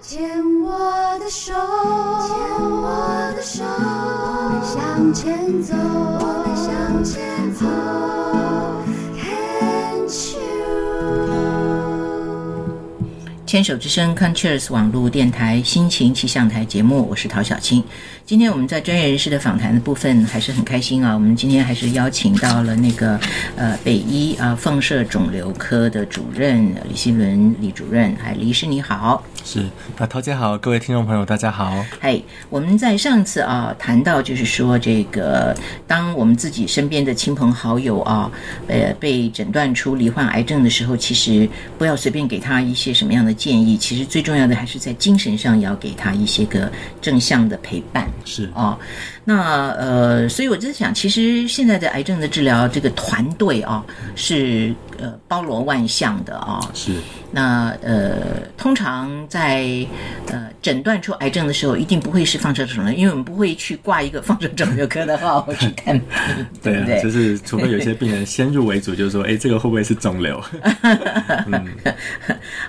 牵我的手，牵我的手，我们向前走，我们向前走。Can't you？牵手之声 c o n c h e r s 网络电台心情气象台节目，我是陶小青。今天我们在专业人士的访谈的部分还是很开心啊，我们今天还是邀请到了那个呃北医啊、放射肿瘤科的主任呃李新伦李主任，哎，李医师你好。是，那涛姐好，各位听众朋友大家好。嗨，我们在上次啊谈到，就是说这个，当我们自己身边的亲朋好友啊，呃，被诊断出罹患癌症的时候，其实不要随便给他一些什么样的建议，其实最重要的还是在精神上也要给他一些个正向的陪伴。是哦，那呃，所以我在想，其实现在的癌症的治疗这个团队啊，是呃包罗万象的啊，是那呃，通常在呃诊断出癌症的时候，一定不会是放射肿瘤，因为我们不会去挂一个放射肿瘤科的号 去看病，对不啊，对？就是除非有些病人先入为主，就是说，哎，这个会不会是肿瘤？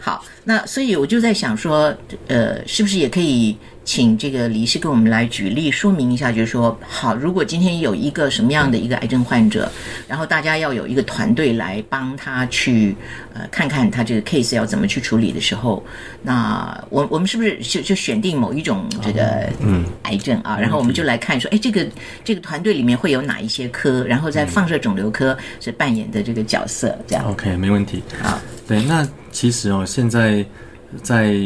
好，那所以我就在想说，呃，是不是也可以请这个李医师给我们来举例说明一下，就是说，好，如果今天有一个什么样的一个癌症患者，然后大家要有一个团队来帮他去呃看看他这个 case 要怎么去处理的时候，那我我们是不是就就选定某一种这个嗯癌症啊，然后我们就来看说，哎，这个这个团队里面会有哪一些科，然后在放射肿瘤科是扮演的这个角色，这样 OK，没问题。好，对，那其实哦，现在在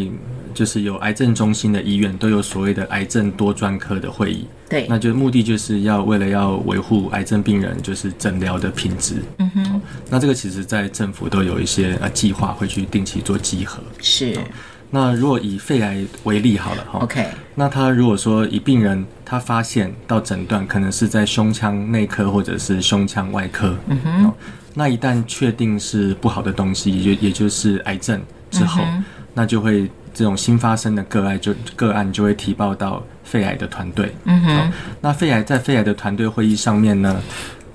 就是有癌症中心的医院都有所谓的癌症多专科的会议，对那就目的就是要为了要维护癌症病人就是诊疗的品质。嗯哼、那这个其实在政府都有一些呃计划会去定期做集合。是那如果以肺癌为例好了哈 OK。那他如果说以病人他发现到诊断可能是在胸腔内科或者是胸腔外科，嗯哼，那一旦确定是不好的东西，也就也就是癌症之后，那就会这种新发生的个案就个案就会提报到肺癌的团队，嗯哼，那肺癌在肺癌的团队会议上面呢，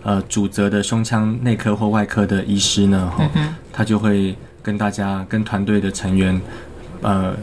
呃，主责的胸腔内科或外科的医师呢，哈、他就会跟大家跟团队的成员，呃。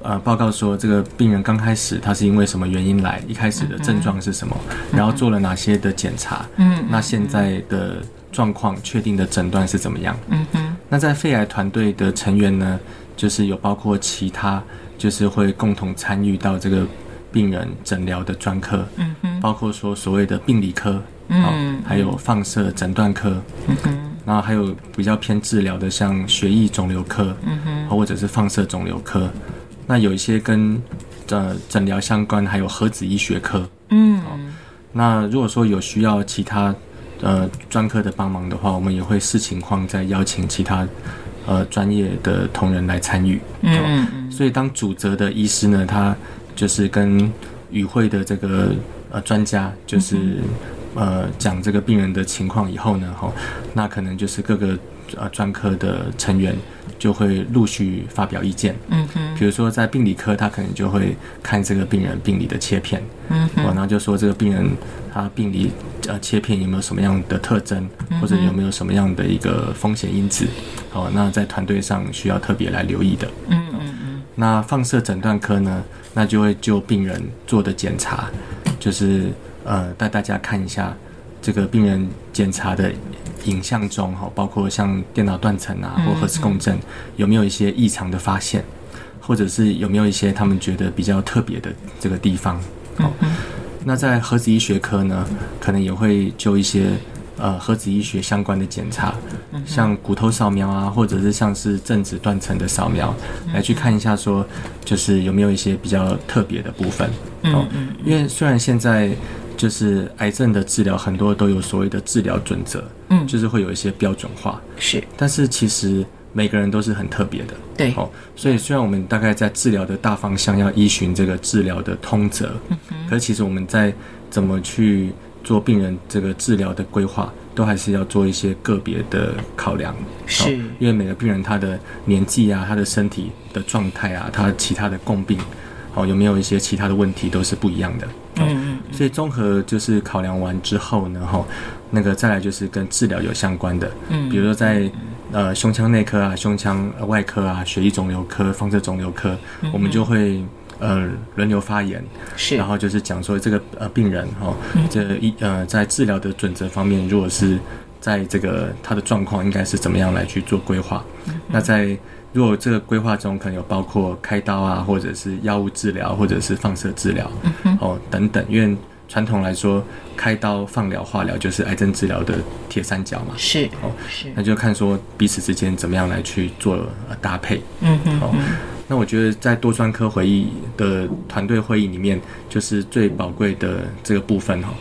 呃报告说这个病人刚开始他是因为什么原因来，一开始的症状是什么，然后做了哪些的检查，嗯，那现在的状况确定的诊断是怎么样？嗯哼，那在肺癌团队的成员呢，就是有包括其他，就是会共同参与到这个病人诊疗的专科，嗯哼，包括说所谓的病理科，嗯，还有放射诊断科，嗯哼。然后还有比较偏治疗的，像血液肿瘤科，嗯哼，或者是放射肿瘤科，那有一些跟呃诊疗相关，还有核子医学科。嗯、那如果说有需要其他呃专科的帮忙的话，我们也会视情况再邀请其他呃专业的同仁来参与。嗯嗯所以当主责的医师呢，他就是跟与会的这个呃专家，就是、嗯呃讲这个病人的情况以后呢，哈、那可能就是各个呃专科的成员就会陆续发表意见。嗯哼。比如说在病理科，他可能就会看这个病人病理的切片，嗯，哦，然后就说这个病人他病理呃切片有没有什么样的特征，嗯或者有没有什么样的一个风险因子，哦，那在团队上需要特别来留意的，嗯嗯嗯。那放射诊断科呢，那就会就病人做的检查，就是呃带大家看一下这个病人检查的影像中哈，哦包括像电脑断层啊或核磁共振有没有一些异常的发现。或者是有没有一些他们觉得比较特别的这个地方。哦，嗯那在核子医学科呢，可能也会就一些呃核子医学相关的检查，像骨头扫描啊，或者是像是正子断层的扫描，来去看一下说就是有没有一些比较特别的部分。哦，因为虽然现在。就是癌症的治疗，很多都有所谓的治疗准则，嗯，就是会有一些标准化，是但是其实每个人都是很特别的，对哦，所以虽然我们大概在治疗的大方向要依循这个治疗的通则，可是其实我们在怎么去做病人这个治疗的规划，都还是要做一些个别的考量。是好因为每个病人他的年纪啊、他的身体的状态啊、他其他的共病，好、有没有一些其他的问题都是不一样的。嗯，所以综合就是考量完之后呢，哈，那个再来就是跟治疗有相关的，嗯，比如说在呃胸腔内科啊、胸腔外科啊、血液肿瘤科、放射肿瘤科，我们就会呃轮流发言，是然后就是讲说这个呃病人哦，这一呃在治疗的准则方面，如果是在这个他的状况应该是怎么样来去做规划？那在如果这个规划中可能有包括开刀啊，或者是药物治疗，或者是放射治疗，哦等等，因为传统来说，开刀、放疗、化疗就是癌症治疗的铁三角嘛，是哦是那就看说彼此之间怎么样来去做呃搭配。嗯哼哦，那我觉得在多专科会议的团队会议里面，就是最宝贵的这个部分哈、哦，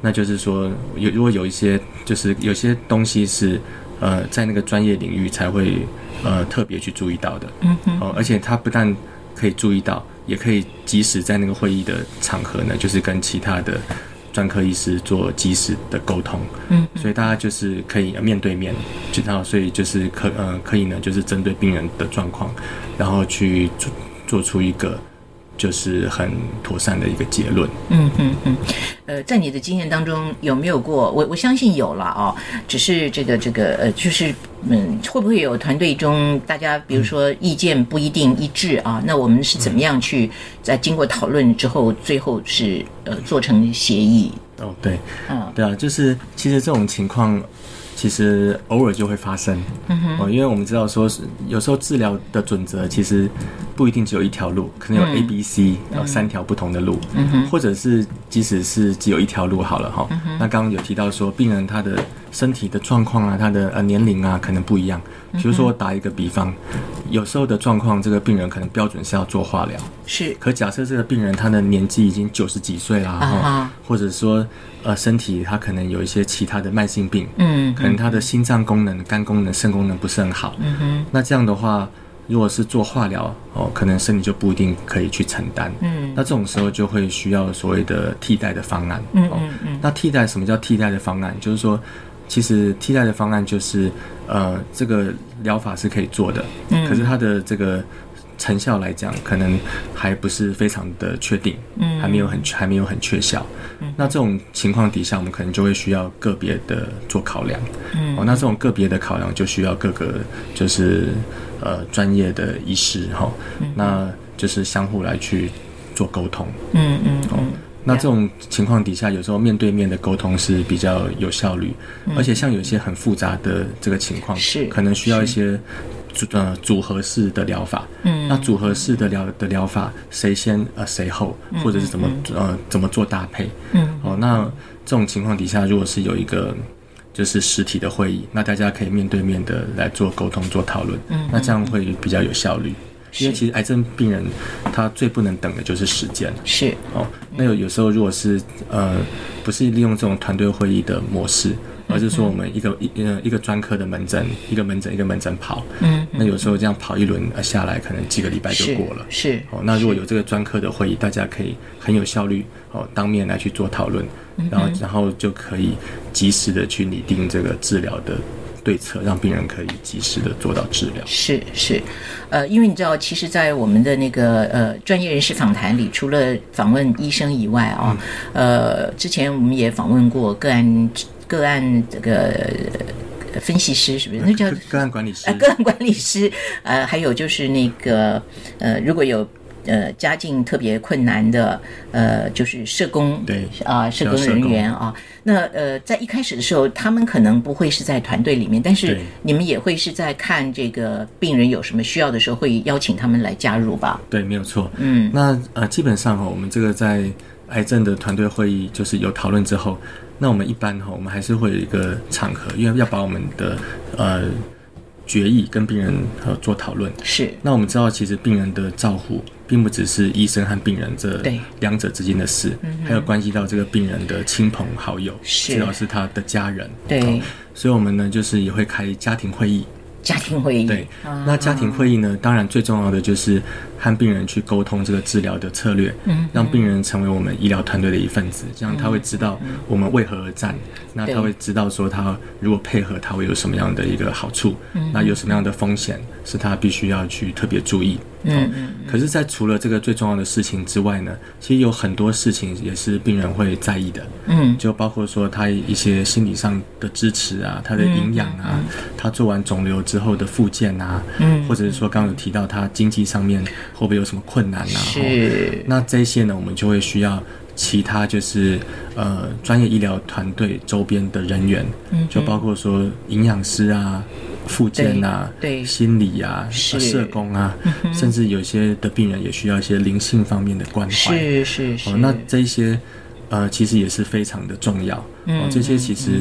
那就是说有如果有一些就是有些东西是呃在那个专业领域才会呃特别去注意到的，嗯哦，而且它不但可以注意到，也可以及时在那个会议的场合呢，就是跟其他的。专科医师做及时的沟通，嗯，所以大家就是可以呃面对面，知道，所以就是可呃可以呢，就是针对病人的状况，然后去做做出一个就是很妥善的一个结论。嗯嗯嗯，呃，在你的经验当中有没有过？我我相信有了哦，只是这个这个呃，就是嗯，会不会有团队中大家比如说意见不一定一致啊？那我们是怎么样去在经过讨论之后，最后是呃做成协议？哦，对，嗯对啊，就是其实这种情况，其实偶尔就会发生。嗯哼，哦，因为我们知道说是，有时候治疗的准则其实不一定只有一条路，可能有 A、B、C，然后三条不同的路。嗯哼，嗯或者是即使是只有一条路好了哈、那刚刚有提到说，病人他的身体的状况啊，他的呃年龄啊，可能不一样。比如说，我打一个比方，有时候的状况，这个病人可能标准是要做化疗，是可假设这个病人他的年纪已经九十几岁啦，哈哈或者说呃身体他可能有一些其他的慢性病，嗯可能他的心脏功能、肝功能、肾功能不是很好，嗯哼，那这样的话，如果是做化疗哦，可能身体就不一定可以去承担，嗯，那这种时候就会需要所谓的替代的方案，嗯嗯嗯，那替代什么叫替代的方案？就是说。其实替代的方案就是，呃，这个疗法是可以做的，嗯、可是它的这个成效来讲，可能还不是非常的确定，嗯，还没有很还没有很确效。那这种情况底下，我们可能就会需要个别的做考量，嗯，哦，那这种个别的考量就需要各个就是呃专业的医师哈、那就是相互来去做沟通，嗯嗯嗯那这种情况底下，有时候面对面的沟通是比较有效率，而且像有一些很复杂的这个情况，是可能需要一些组呃组合式的疗法。嗯，那组合式的疗的疗法，谁先呃谁后，或者是怎么、呃怎么做搭配？嗯，哦，那这种情况底下，如果是有一个就是实体的会议，那大家可以面对面的来做沟通、做讨论，嗯，那这样会比较有效率。因为其实癌症病人他最不能等的就是时间，是哦，那有有时候如果是呃，不是利用这种团队会议的模式，而是说我们一嗯个一呃一个专科的门诊，一个门诊一个门诊跑，嗯，那有时候这样跑一轮呃下来，可能几个礼拜就是过了。是哦，那如果有这个专科的会议，大家可以很有效率哦，当面来去做讨论，嗯然后然后就可以及时的去拟定这个治疗的对策，让病人可以及时的做到治疗。是是，呃，因为你知道，其实，在我们的那个呃专业人士访谈里，除了访问医生以外啊、呃，之前我们也访问过个案个案这个呃分析师，是不是？那叫个个案管理师呃，个案管理师，呃，还有就是那个呃，如果有呃家境特别困难的，呃，就是社工对啊、社工需要社人工员啊、那呃，在一开始的时候，他们可能不会是在团队里面，但是对你们也会是在看这个病人有什么需要的时候，会邀请他们来加入吧？对，没有错。嗯，那呃，基本上哈、我们这个在癌症的团队会议就是有讨论之后，那我们一般哈、我们还是会有一个场合，因为要把我们的呃决议跟病人呃做讨论。是那我们知道，其实病人的照护并不只是医生和病人这对嗯两者之间的事，还有关系到这个病人的亲朋好友，是治疗是他的家人。对哦所以我们呢就是也会开家庭会议。家庭会议，啊对，那家庭会议呢，当然最重要的就是和病人去沟通这个治疗的策略，嗯让病人成为我们医疗团队的一份子，这样他会知道我们为何而战，那嗯对他会知道说他如果配合，他会有什么样的一个好处，嗯那有什么样的风险是他必须要去特别注意。嗯可是，在除了这个最重要的事情之外呢，其实有很多事情也是病人会在意的。嗯，就嗯包括说他一些心理上的支持啊，他的营养啊，他做完肿瘤治之后的复健啊，嗯，或者是说刚刚有提到他经济上面会不会有什么困难啊？是哦那这些呢，我们就会需要其他就是呃专业医疗团队周边的人员，嗯，就包括说营养师啊、复健啊、对对心理啊、是嗯呃社工啊，甚至有些的病人也需要一些灵性方面的关怀。是是是，哦，那这些呃，其实也是非常的重要。嗯哦，这些其实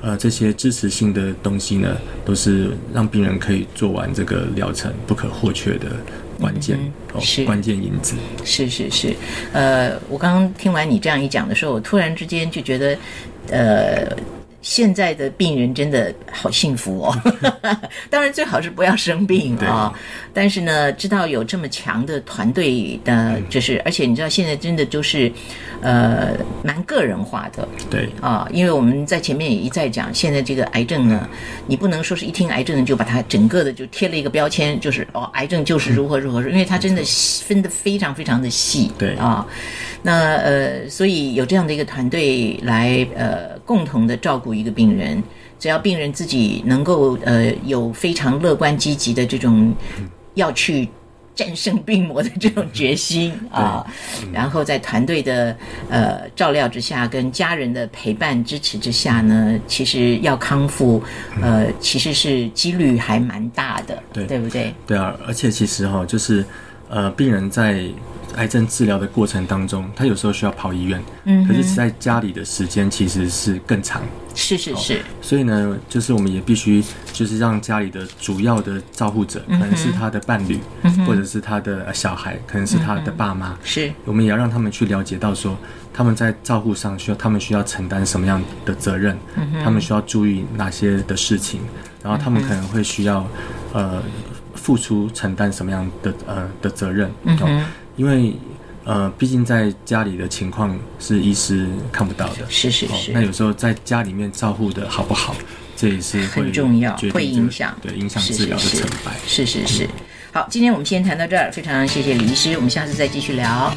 呃，这些支持性的东西呢，都是让病人可以做完这个疗程不可或缺的关键、嗯是哦，关键因子。是是是，呃，我刚刚听完你这样一讲的时候，我突然之间就觉得，呃。现在的病人真的好幸福哦，当然最好是不要生病啊、但是呢，知道有这么强的团队的，就是而且你知道现在真的就是，呃，蛮个人化的。对，啊，因为我们在前面也一再讲，现在这个癌症呢，你不能说是一听癌症就把它整个的就贴了一个标签，就是哦，癌症就是如何如何，因为它真的细分得非常非常的细，对啊，那呃，所以有这样的一个团队来呃共同的照顾一个病人，只要病人自己能够呃有非常乐观积极的这种要嗯去战胜病魔的这种决心啊，嗯然后在团队的呃照料之下，跟家人的陪伴支持之下呢，其实要康复，呃，其实是几率还蛮大的，嗯对不对？对啊，而且其实哈、就是呃，病人在癌症治疗的过程当中，他有时候需要跑医院，嗯，可是在家里的时间其实是更长。是是是，所以呢，就是我们也必须就是让家里的主要的照护者，可能是他的伴侣，或者是他的呃小孩，可能是他的爸妈。是我们也要让他们去了解到说，他们在照护上需要，他们需要承担什么样的责任，嗯他们需要注意哪些的事情，然后他们可能会需要，呃，付出承担什么样的呃的责任，嗯哦、因为呃，毕竟在家里的情况是医师看不到的，是是哦是，，那有时候在家里面照护的好不好，这也是会很重要决定会这个影响对影响是治疗的是是成败。是是是。好，今天我们先谈到这儿，非常谢谢李医师，我们下次再继续聊。